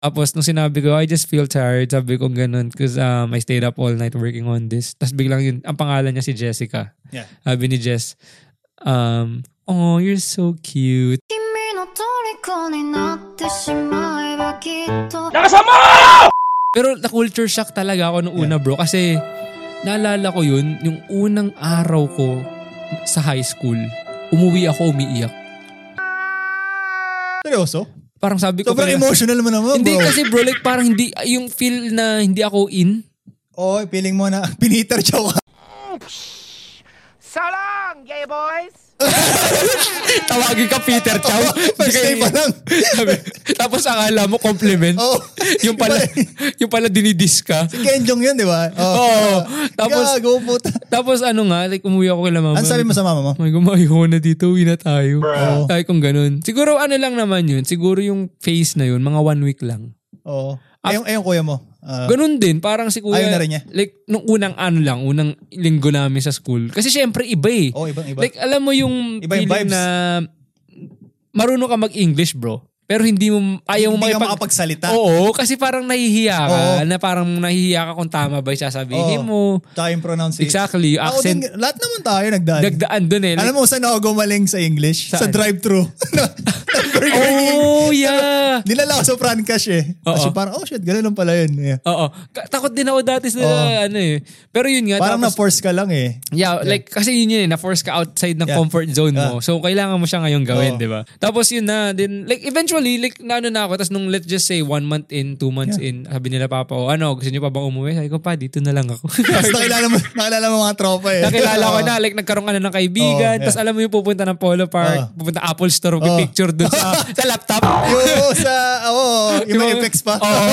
Tapos nung sinabi ko, I just feel tired, sabi ko ganun because um, I stayed up all night working on this. Tapos biglang yun, ang pangalan niya si Jessica. Yeah. Sabi ni Jess, um, oh, you're so cute. 君の虜になってしまえばきっと Pero na-culture shock talaga ako nung una bro kasi naalala ko yun, yung unang araw ko sa high school, umuwi ako umiiyak. Seryoso? Parang sabi ko... Sobrang pala- emotional mo naman, Hindi bro. kasi bro, like parang hindi, yung feel na hindi ako in, Oo, feeling mo na piniter siya ka. So long, gay boys! tawagin ka Peter Chow. First day pa lang. Sabi- Tapos akala mo compliment. Oo. yung pala, eh. yung pala dinidis ka. Kenjong yun, di ba? Oo. Oo. Tapos, Gago, puta. tapos ano nga, like umuwi ako kay mama. Ano sabi mo sa mama mo? Oh my God, maayaw na dito, uwi na tayo. Oh. Oo. Sabi kong ganun. Siguro ano lang naman yun, siguro yung phase na yun, mga one week lang. Oo. Eh, yung, eh, yung kuya mo. Ah, Ganun din, parang si kuya, Ayaw na rin niya? like nung unang ano lang, unang linggo namin sa school. Kasi syempre iba eh. Oo, ibang iba. Like alam mo yung Iba yung feeling vibes. na marunong ka mag-English bro. Pero hindi mo, ayaw mo Hindi ka makipag- makapagsalita. Oo, kasi parang nahihiya ka. Oo. Na parang nahihiya ka kung tama ba yung sasabihin Oo. mo. Tsaka yung pronunciation. Exactly, yung Ako accent. din, lahat naman tayo nagdaan. Dagdaan dun eh. Alam Like, mo saan ako gumaling sa English? Sa Saan? drive-thru. Na- ng Burger King. oh, yeah. Nilala ko sa Francash eh. Oo. Kasi parang, oh shit, ganun lang pala yun. Yeah. Oo. Ka- Takot din ako dati sa Oo. ano eh. Pero yun nga. Parang tapos- na-force ka lang eh. Yeah, like kasi yun yun eh, na-force ka outside ng Yeah. comfort zone mo. Yeah. So kailangan mo siya ngayon gawin, Oo. 'di ba? Tapos yun na, then like eventually like naano na ako, tapos nung let's just say one month in, two months in, sabi nila papa, oh, ano, gusto niyo pa bang umuwi? Sabi ko pa, dito na lang ako. Tapos nakilala mo, nakilala mo mga tropa eh. Nakilala ko na, like nagkaroon ka na ng kaibigan, Oo, tapos yeah. alam mo yung pupunta ng Polo Park, Oo. pupunta Apple Store, picture doon sa, sa laptop. Yo, sa, oo, yung Yung- mga effects pa. Oo.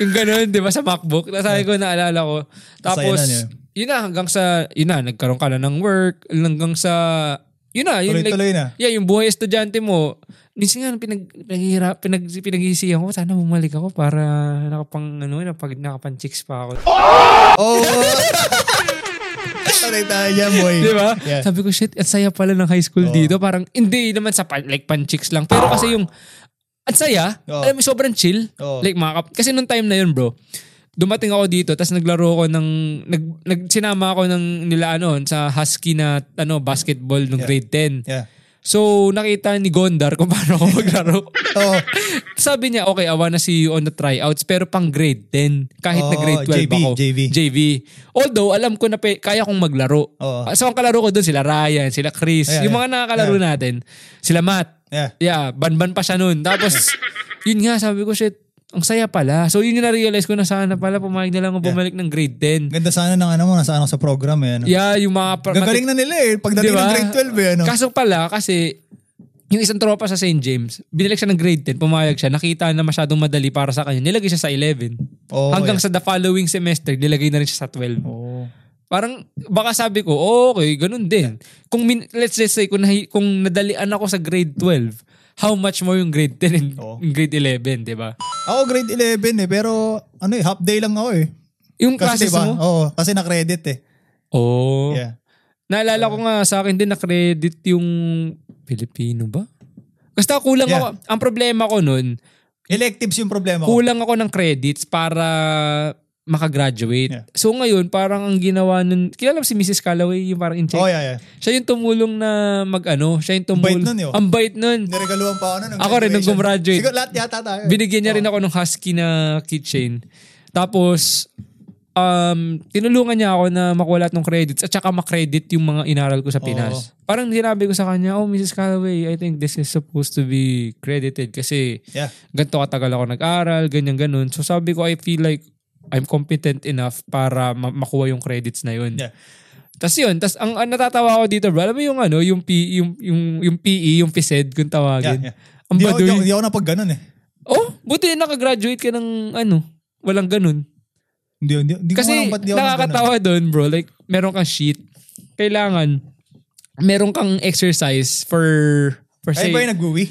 yung ganun, di ba, sa MacBook. Tapos sabi ko, naalala ko. Tapos, Sayang yan, yun na, hanggang sa, yun na, nagkaroon ka na ng work, hanggang sa, yun na, yun Tuloy-tuloy na. Yeah, yung buhay estudyante mo, minsan nga, pinag, pinaghihirap, pinag, pinaghihisiyan ko, sana bumalik ako para nakapang, ano, napag, nakapang chicks pa ako. Oo. Sanay tayo yan, boy. Di ba? Yeah. Oh. Sabi ko, shit, ang saya pala ng high school dito. Parang, hindi naman sa pan, like pan-chicks lang. Pero kasi yung, ang saya, Oo. alam mo, sobrang chill. Oo. Like, mga kap- kasi nung time na yun, bro, dumating ako dito, tapos naglaro ko ng, nag, nag, sinama ako ng nila, ano, sa Husky na, ano, basketball nung Yeah. grade 10. Yeah. So, nakita ni Gondar kung paano ako maglaro. Oo. Sabi niya, okay, I wanna see you on the tryouts, pero pang grade 10, kahit na Oo, grade 12 JV, ako. JV. JV. Although, alam ko na pe- kaya kong maglaro. Oo. Ah, So, ang kalaro ko doon, sila Ryan, sila Chris, Yeah, yung yeah. mga nakakalaro Yeah. natin, sila Matt. Yeah. ban-ban pa siya noon. Tapos, yun nga, sabi ko, shit, ang saya pala. So, yun yung na-realize ko na sana pala, pumayag na lang ako bumalik ng grade 10. Ganda sana ng ano mo, nasa ano sa program eh. Ano. Yeah, yung mga... pra- Gagaling na nila eh. Pagdating Diba? ng grade 12 eh. Ano. Kaso pala, kasi yung isang tropa sa St. James, binalik siya ng grade 10, pumayag siya, nakita na masyadong madali para sa kanya, nilagay siya sa 11. Oo, Hanggang Oh, yeah. sa the following semester, nilagay na rin siya sa 12. Oo. Parang, baka sabi ko, "Oh, okay, ganun din. Kung, min- let's just say, kung, nahi- kung nadalian ako sa grade 12, how much more yung grade 10 and Oo. and grade 11, di ba? Ako grade 11 eh, pero ano eh, half day lang ako eh. Yung classes Kasi diba, mo? oo, kasi na-credit eh. Oh. Yeah. Naalala Ah. ko nga sa akin din na credit yung Filipino ba? Basta kulang Yeah. Oh. ako. Ang problema ko nun, Electives yung problema ko. kulang ako ng credits para makagraduate. Yeah. So ngayon, parang ang ginawa nun, kilala mo si Mrs. Callaway, yung parang in-check. Oh, yeah, yeah. Siya yung tumulong na mag-ano, siya yung tumulong. bait nun, yo. Ang bait nun. Niregaluhan pa ako nun. ng Ako rin, nung graduation. gumraduate. Siguro lahat yata tayo. eh. Binigyan niya rin ako ng husky na keychain. Tapos, um, tinulungan niya ako na makuha lahat ng credits at saka makredit yung mga inaral ko sa Pinas. Parang sinabi ko sa kanya, oh Mrs. Callaway, I think this is supposed to be credited kasi Yeah. ganito katagal ako nag-aral, ganyan ganun. So sabi ko, I feel like I'm competent enough para ma- makuha yung credits na yun. Yeah. Tapos yun, tas ang, ang natatawa ko dito, bro, alam mo yung ano, yung, P, yung, yung, yung PE, yung PSED kung tawagin. Yeah, yeah. Ang Hindi ako, baduy. di ako, di ako napag ganun eh. Oh, buti na nakagraduate ka ng ano, walang ganun. Hindi, hindi, hindi ko alam Kasi ba't di ako napag ganun. nakakatawa doon bro, like meron kang sheet. Kailangan, meron kang exercise for, for say, Ay ba yung nag-uwi?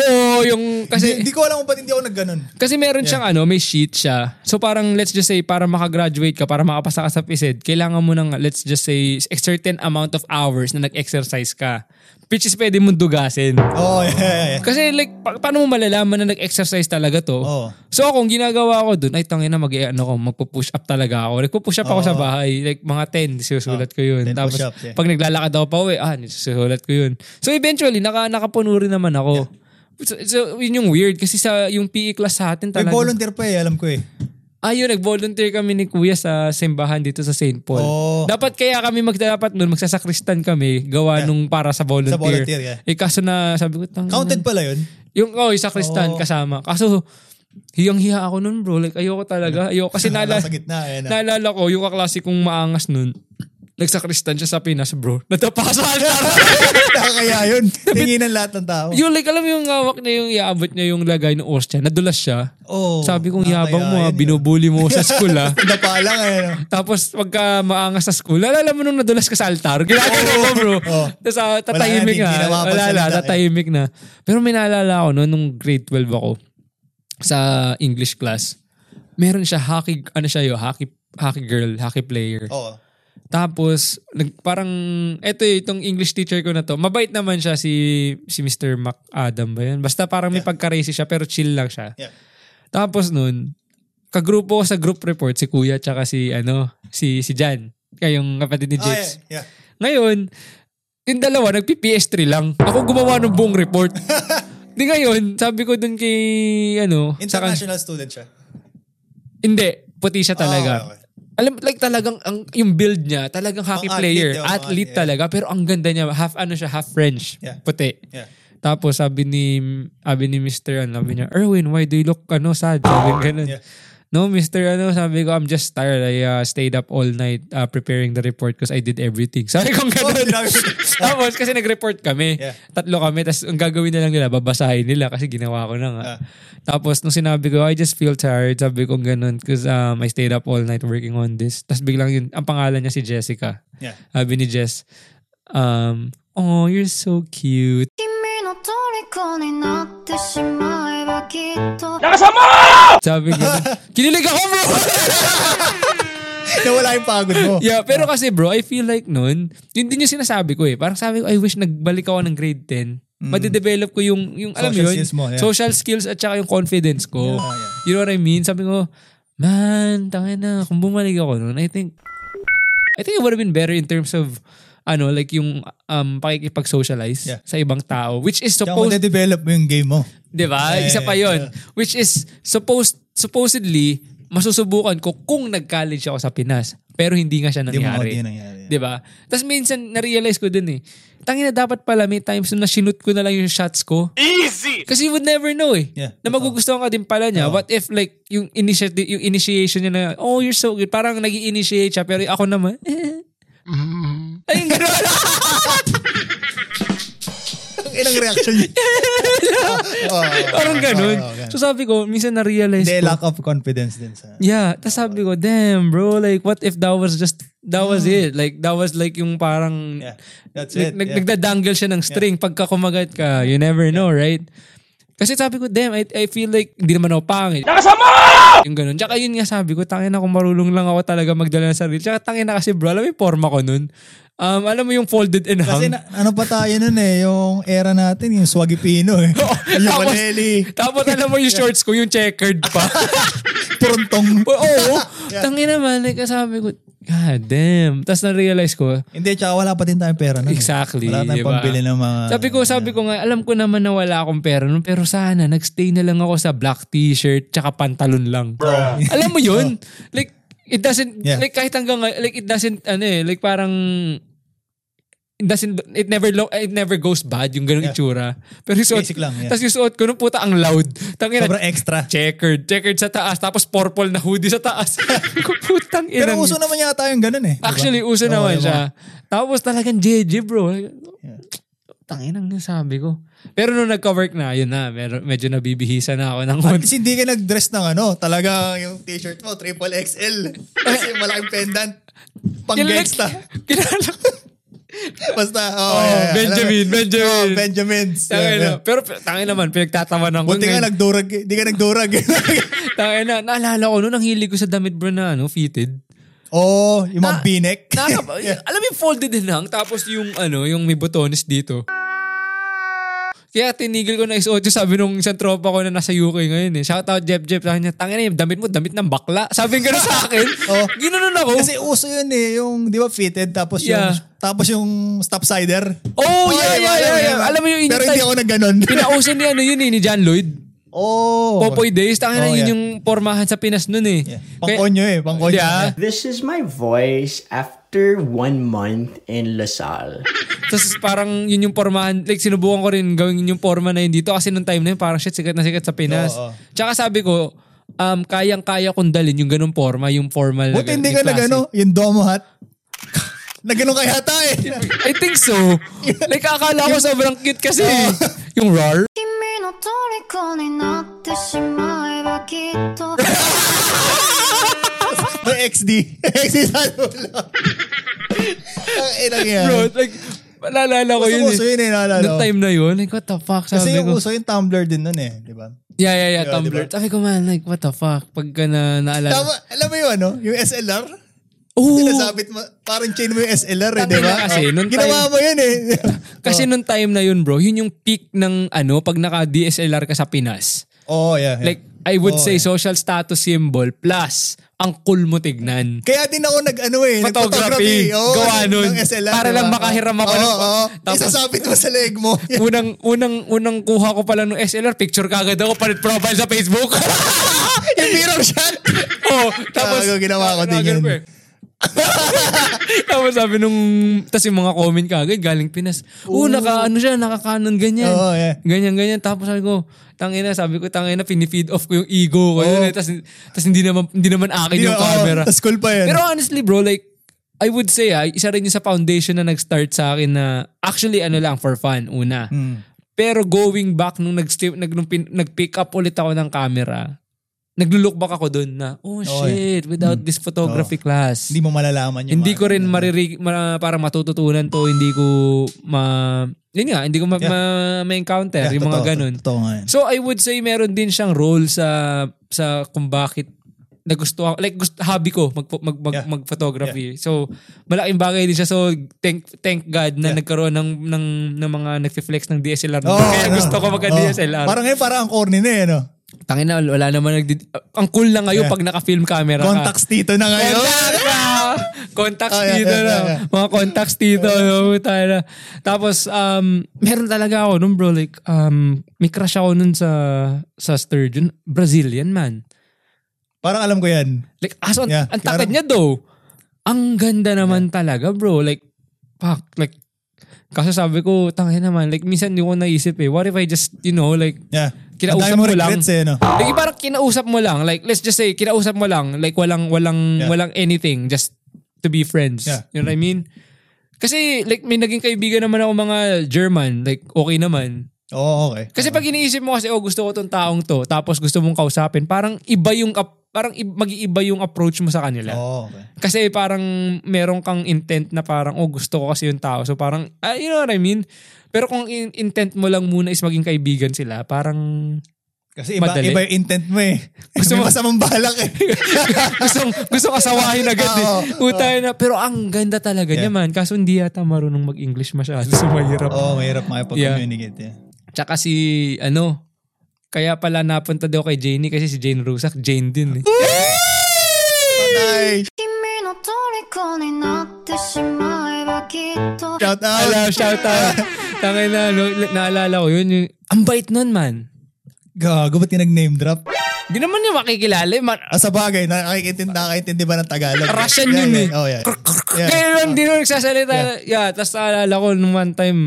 oo, yung, kasi, Kasi, hindi ko alam kung ba't hindi ako nag-ganun. kasi meron siyang ano, may sheet siya. So parang let's just say, para makagraduate ka, para makapasa ka sa PSED, kailangan mo ng, let's just say, a certain amount of hours na nag-exercise ka. Which is pwede mong dugasin. Oh, yeah, yeah, yeah. Kasi like, pa- paano mo malalaman na nag-exercise talaga to? Oo. So ako, ang ginagawa ko dun, ay tangin na mag ano ko, magpo-push up talaga ako. Nagpo-push up ako sa bahay, like mga 10, sinusulat ko yun. 10 Tapos push-up, yeah. pag naglalakad ako pa uwi, ah, sinusulat ko yun. So eventually, naka, nakapuno rin naman ako. So, so, yun yung weird kasi sa yung PE class sa atin May talaga. volunteer pa eh, alam ko eh. Ayun, nag-volunteer kami ni Kuya sa simbahan dito sa St. Paul. Oo. Dapat kaya kami magdapat nun, magsasakristan kami, gawa nung para sa volunteer. Sa volunteer, yeah. Eh kaso na, sabi ko, tang, Counted pala yun. yung, oh, yung sakristan kasama. Kaso, hiyang-hiya ako nun bro. Like, ayoko talaga. Ayoko. Kasi naalala, Nasa gitna. Ayan, na. naalala ko, yung kaklase kong maangas nun, nagsakristan siya sa Pinas bro. Natapa sa altar. Nakakaya yun. Tinginan lahat ng tao. yung like, alam mo yung hawak niya, yung iaabot niya yung lagay ng ostya. Nadulas siya. Oh, Sabi kong, nakakaya yabang mo ah, ha, yun, binubuli mo ako sa school ah." ha. yun. Napa lang eh. no? Tapos pagka maangas sa school, alala mo nung nadulas ka sa altar, ginagawa mo bro. Oo. Tapos ah, tatahimik Wala, hindi na. na mapagsalita Wala na, eh. tatahimik na. Pero may naalala ako noon nung grade 12 ako sa English class. Meron siya hockey, ano siya yo, hockey, hockey girl, hockey player. Oo. Tapos, nag, parang, eto eh, itong English teacher ko na to. Mabait naman siya si, si Mr. Mac Adam ba yun? Basta parang may pagka-racist siya pero chill lang siya. Yeah. Tapos nun, kagrupo ko sa group report si Kuya tsaka si ano, si si Jan, kayong kapatid ni Oh, Jips. yeah, yeah. Ngayon, yung dalawa nagpi-PS3 lang. Ako gumawa ng buong report. Di ngayon, sabi ko dun kay ano, saka- International student siya. Ah, hindi, puti siya talaga. okay, okay. Alam, like talagang ang, yung build niya, talagang hockey Pang-athlete player, yun, athlete pang-athlete, yeah. talaga, pero ang ganda niya, half ano siya, half French, Yeah. puti. Yeah. Tapos sabi ni sabi ni Mr. ano, sabi niya, Erwin, why do you look ano sad? Sabi niya ganun. Yeah. No, Mr. Ano, sabi ko, I'm just tired. I uh, stayed up all night uh, preparing the report because I did everything. Sabi ko Oh, ganun. sinabi ko. Tapos kasi nag-report kami. Yeah. Tatlo kami. Tapos ang gagawin na lang nila, babasahin nila kasi ginawa ko na nga. Ah. Tapos nung sinabi ko, I just feel tired. Sabi ko ganun because um, I stayed up all night working on this. Tapos biglang yun, ang pangalan niya si Jessica. Yeah. Sabi ni Jess, um, oh, you're so cute. 君の虜になってしまえばきっと Sabi ko, kinilig ako bro! Nawala yung pagod mo. yeah, pero kasi bro, I feel like nun, yun din yung sinasabi ko eh. Parang sabi ko, I wish nagbalik ako ng grade 10. Madidevelop ko yung, yung alam Mm. Social mo yun, skills mo, yeah. social skills at saka yung confidence ko. Yeah, yeah. You know what I mean? Sabi ko, man, tangin na, kung bumalik ako nun, I think, I think it would have been better in terms of, ano, like yung um, pakikipag-socialize Yeah. sa ibang tao, which is Tsaka mo supposed develop mo yung game mo. 'Di ba? Eh, Isa pa 'yon. yeah. Which is supposed supposedly masusubukan ko kung nag-college ako sa Pinas. Pero hindi nga siya Hindi mo nangyari. hindi nangyari. 'Di ba? Tapos minsan na-realize ko din eh. Tangina dapat pala may times na sinut ko na lang yung shots ko. Easy! Kasi you would never know eh. Yeah, na magugustuhan ka din pala niya. What if like yung initiative yung initiation niya na oh you're so good. Parang nag initiate siya pero ako naman eh. Ay, gano'n. Ang inang reaction niya. Oh, oh, Parang oh, gano'n. oh, oh, ganun. So sabi ko, minsan na-realize Hindi, ko. lack of confidence din sa... Yeah, tapos sabi ko, damn bro, like what if that was just, that was it. Like that was like yung parang, Hmm. Yeah, that's nag, it. nag- yeah. nagdadangle siya ng string pagka kumagat ka, you never know, right? Kasi sabi ko, damn, I, I feel like hindi naman ako pangit. Yung ganun. Tsaka yun nga sabi ko, tangin na kung marulong lang ako talaga magdala ng sarili. Tsaka tangin na kasi bro, alam mo yung forma ko nun. Um, alam mo yung folded and hung. Kasi na- ano pa tayo nun eh, yung era natin, yung Swaggy Pino eh. yung tapos- Manelli, Tapos alam mo yung shorts ko, yung checkered pa. Turuntong. Oo. Oh, Tangin naman, like, sabi ko, God damn. Tapos na-realize ko, Hindi, tsaka wala pa din tayong pera nun. eh. exactly. Wala tayong diba? pambili ng mga... Sabi ko, sabi ko nga, alam ko naman na wala akong pera nun, pero sana, nagstay na lang ako sa black t-shirt tsaka pantalon lang. alam mo yun? Like, it doesn't, Yeah. like kahit hanggang, nga- like it doesn't, ano eh, like parang, it doesn't, it never, lo- it never goes bad, yung ganung itsura. Pero yung suot, Basic lang, yeah. Tapos yung suot ko, nung puta, ang loud. Tangina, Sobrang extra. checkered. Checkered sa taas, tapos purple na hoodie sa taas. Putang ina. Pero uso naman yata yung ganun eh. diba? Actually, uso Oo, naman diba? siya. Tapos talagang JJ bro. Tanginang yung sabi ko. Pero nung nagka-work na, yun na, mer- medyo nabibihisa na ako ng At konti. least hindi ka nag-dress ng ano, talaga yung t-shirt mo, triple XL. Kasi malaking pendant. Pang Kilala- gangsta. Kilala ko. Basta, Oh, oh, yeah, yeah. Benjamin, Alam mo- Benjamin. Oh, Benjamins. Yeah, Tangina. yeah. Pero tangin naman, pinagtatawanan ko. Buti nga ngayon. nagdurag. Hindi ka nagdurag. Tangin na, naalala ko noon, ang hilig ko sa damit bro na ano, fitted. Oo, oh, yung mga Na- binek. Nakaka- Alam mo yung folded din lang, tapos yung ano, yung may botones dito. Kaya tinigil ko na isuot yung sabi nung isang tropa ko na nasa UK ngayon eh. Shout out Jeff Jeff. Sabi niya, tangin na yung damit mo, damit ng bakla. Sabi nga sa akin. Oo. Ginanon ako. Oh. Kasi uso yun eh, yung di ba fitted, tapos Oh. Yeah. yung, tapos yung stop-sider. oh, yeah, yeah, yeah, yeah. Alam mo yung Pero hindi ako nagganon. Pinauso ni ano yun eh, ni John Lloyd. oh. Popoy Days. Tangin na Oh, yun yeah. yung pormahan sa Pinas nun eh. Yeah. Kaya- Pangkonyo eh, pangkonyo. Yeah. This is my voice after one month in LaSalle. Tapos parang yun yung pormahan. Like sinubukan ko rin gawin yung porma na yun dito kasi nung time na yun parang shit sikat na sikat sa Pinas. Oo. Tsaka sabi ko, um, kayang-kaya kong dalin yung ganun porma, yung formal. na Buti ganun, hindi yung ka classic. nagano, yung domo hat. Nagganon ka yata eh. I think so. Like akala ko sobrang cute kasi. yung RAR. 君の虜になってしまえばきっと May XD. XD sa dulo. Ang inang yan. Bro, like, naalala ko Uso- yun. uso eh. yun eh, naalala Nung ko. time na yun, like what the fuck, Kasi sabi yung ko. uso yung Tumblr din nun eh, di ba? Yeah, yeah, yeah, Tumblr. diba? Sabi ko man, like what the fuck, pagka na naalala. Tama, alam mo yun ano? Yung SLR? Oo. Sinasabit mo, parang chain mo yung SLR eh, Tangina di ba? kasi, Oh, nung Ginawa time- mo yun eh. Kasi nung time na yun bro, yun yung peak ng ano, pag naka-DSLR ka sa Pinas. oh, yeah, yeah. Like, I would Oo, say yeah. social status symbol plus ang cool mo tignan. Kaya din ako nag ano eh, Photography. nag-photography. Oo, Gawa ng- nun. ng SLR, Para di ba? lang makahiram ako Oo, ng- oo. Tapos- Isasabit mo sa leg mo. Unang unang unang kuha ko pala ng SLR picture kagad ako palit profile sa Facebook. yung mirror shot. oh, tapos Gago, ginawa ko din Ganun yun. pa eh. tapos sabi nung tapos yung mga comment kagad galing Pinas. Oo, naka ano siya, naka Canon ganyan. Oo, yeah. Ganyan ganyan tapos sabi ko, tangina, sabi ko tangina pinifeed off ko yung ego ko. Yun, eh. tapos tapos hindi naman hindi naman akin yung Oo, camera. tas cool pa yun. Pero honestly bro, like, I would say ah, isa rin yung sa foundation na nag-start sa akin na actually ano lang for fun una. Hmm. Pero going back nung nag nag nung pin- nag-pick up ulit ako ng camera, naglo-look back ako doon na, oh shit, without this photography class. Hmm. Oh. hindi mo malalaman yung hindi mga- ko rin mariri, ma, parang matututunan to, hindi ko ma, yun nga, hindi ko ma, ma, encounter Yeah, yung mga totoo, ganun. Totoo nga yun. So I would say meron din siyang role sa sa kung bakit nagustuhan like gusto, hobby ko mag mag, mag, Yeah. mag-photography. So malaking bagay din siya. So thank thank God na Yeah. nagkaroon ng ng ng mga nagfi-flex ng DSLR. Oo, Kaya ano. gusto ko magka Oo. DSLR. Parang ngayon, parang ang corny na eh, no? Tangina, wala naman nag ang cool lang ngayon Yeah. pag naka-film camera ka. Contacts dito na ngayon. Contacts na. Contacts Oh, yeah, dito yeah, na. yeah, yeah. Mga contacts dito. no? Tayo na. Tapos, um, meron talaga ako nun bro. Like, um, may crush ako nun sa, sa Sturgeon. Brazilian man. Parang alam ko yan. Like, aso, Yeah, ang takad parang- niya though. Ang ganda naman talaga bro. Like, fuck, like, kaso sabi ko, tangin naman. Like, minsan hindi ko naisip eh. What if I just, you know, like, Yeah. Kinausap Ang dami mo lang. regrets eh, no? Like, parang kinausap mo lang. Like, let's just say, kinausap mo lang. Like, walang, walang, Yeah. walang anything. Just to be friends. Yeah. You know what I mean? Kasi, like, may naging kaibigan naman ako mga German. Like, okay naman. Oo, okay. Kasi pag iniisip mo kasi, oh, gusto ko tong taong to, tapos gusto mong kausapin, parang iba yung, ap- parang ib- mag-iiba yung approach mo sa kanila. Oo, okay. Kasi parang meron kang intent na parang, oh gusto ko kasi yung tao. So parang, ah, you know what I mean? Pero kung in- intent mo lang muna is maging kaibigan sila, parang Kasi iba, Madali. iba yung intent mo eh. Gusto Gusto mo mo- masamang balak eh. gusto gusto kasawahin agad eh. Oo. Utay na. Pero ang ganda talaga niya Yeah. man. Kaso hindi yata marunong mag-English masyado. So mahirap. Oo, oh, mahirap makipag-communicate eh. Tsaka si, ano, kaya pala napunta daw kay Janie kasi si Jane Rusak, Jane din eh. Patay! 君の虜になってしまえばきっと Shout out! Hello, shout out. Tangay na, no, naalala ko yun. Yung, ang bait nun man. Gago, ba't yung nag-name drop? Di naman niya makikilala. eh. Man, Ah, sa bagay, nakakaintindi, nakakaintindi ba ng Tagalog? Russian Yeah, yun yeah. eh. Oh, yeah. Yeah. Kaya lang, di naman nagsasalita. Yeah, tapos naalala ko nung one time.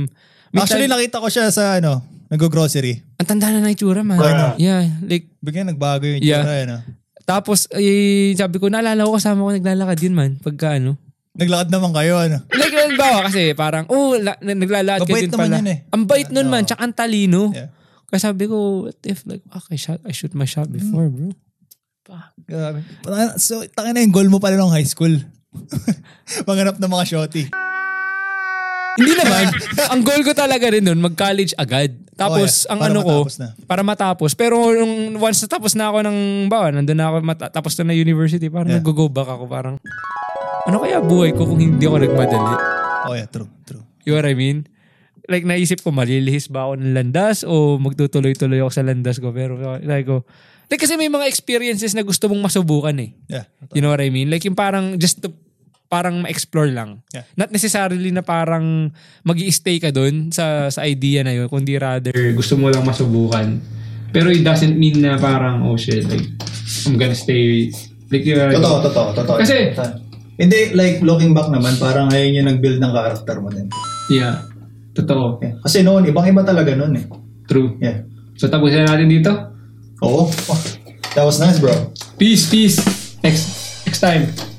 may Actually, time- nakita ko siya sa ano, nag-grocery. ang tanda na na itsura man. Yeah, like, Bigyan nagbago yung Yeah. tsura, ano. Tapos, eh, sabi ko, naalala ko kasama ko naglalakad din man. Pagka ano. Naglakad naman kayo, ano. Like, halimbawa kasi parang, oh, la, na- naglalakad ka Mabait din naman pala. yun eh. Ang bait nun man, tsaka ang talino. Yeah. Kaya sabi ko, what if like, fuck, I, shot, I shoot my shot before, bro. Grabe. So, tangin na yung goal mo pala nung high school. Manganap ng mga shotty. Hindi naman. ang goal ko talaga rin nun, mag-college agad. Tapos, Oh, yeah. ang Para ano ko, matapos na. para matapos. Pero nung once natapos na ako ng, bawa, nandun na ako, mata- tapos na na university, parang Yeah. nag-go back ako, parang, ano kaya buhay ko kung hindi ako nagmadali? Oh yeah, true, true. You know what I mean? like naisip ko malilihis ba ako ng landas o magtutuloy-tuloy ako sa landas ko pero like ko like kasi may mga experiences na gusto mong masubukan eh Yeah. you know what I mean like yung parang just to, parang ma-explore lang Yeah. not necessarily na parang mag stay ka doon sa sa idea na yun kundi rather gusto mo lang masubukan pero it doesn't mean na parang oh shit like I'm gonna stay like you know, Totoo, totoo, totoo. Kasi- Hindi, like, looking back naman, parang ngayon yung nag-build ng character mo din. yeah totoo Yeah. Kasi noon, ibang-iba talaga noon eh. true Yeah. so tapusin natin dito Oo. That was nice, bro. Peace, peace. Next, next time.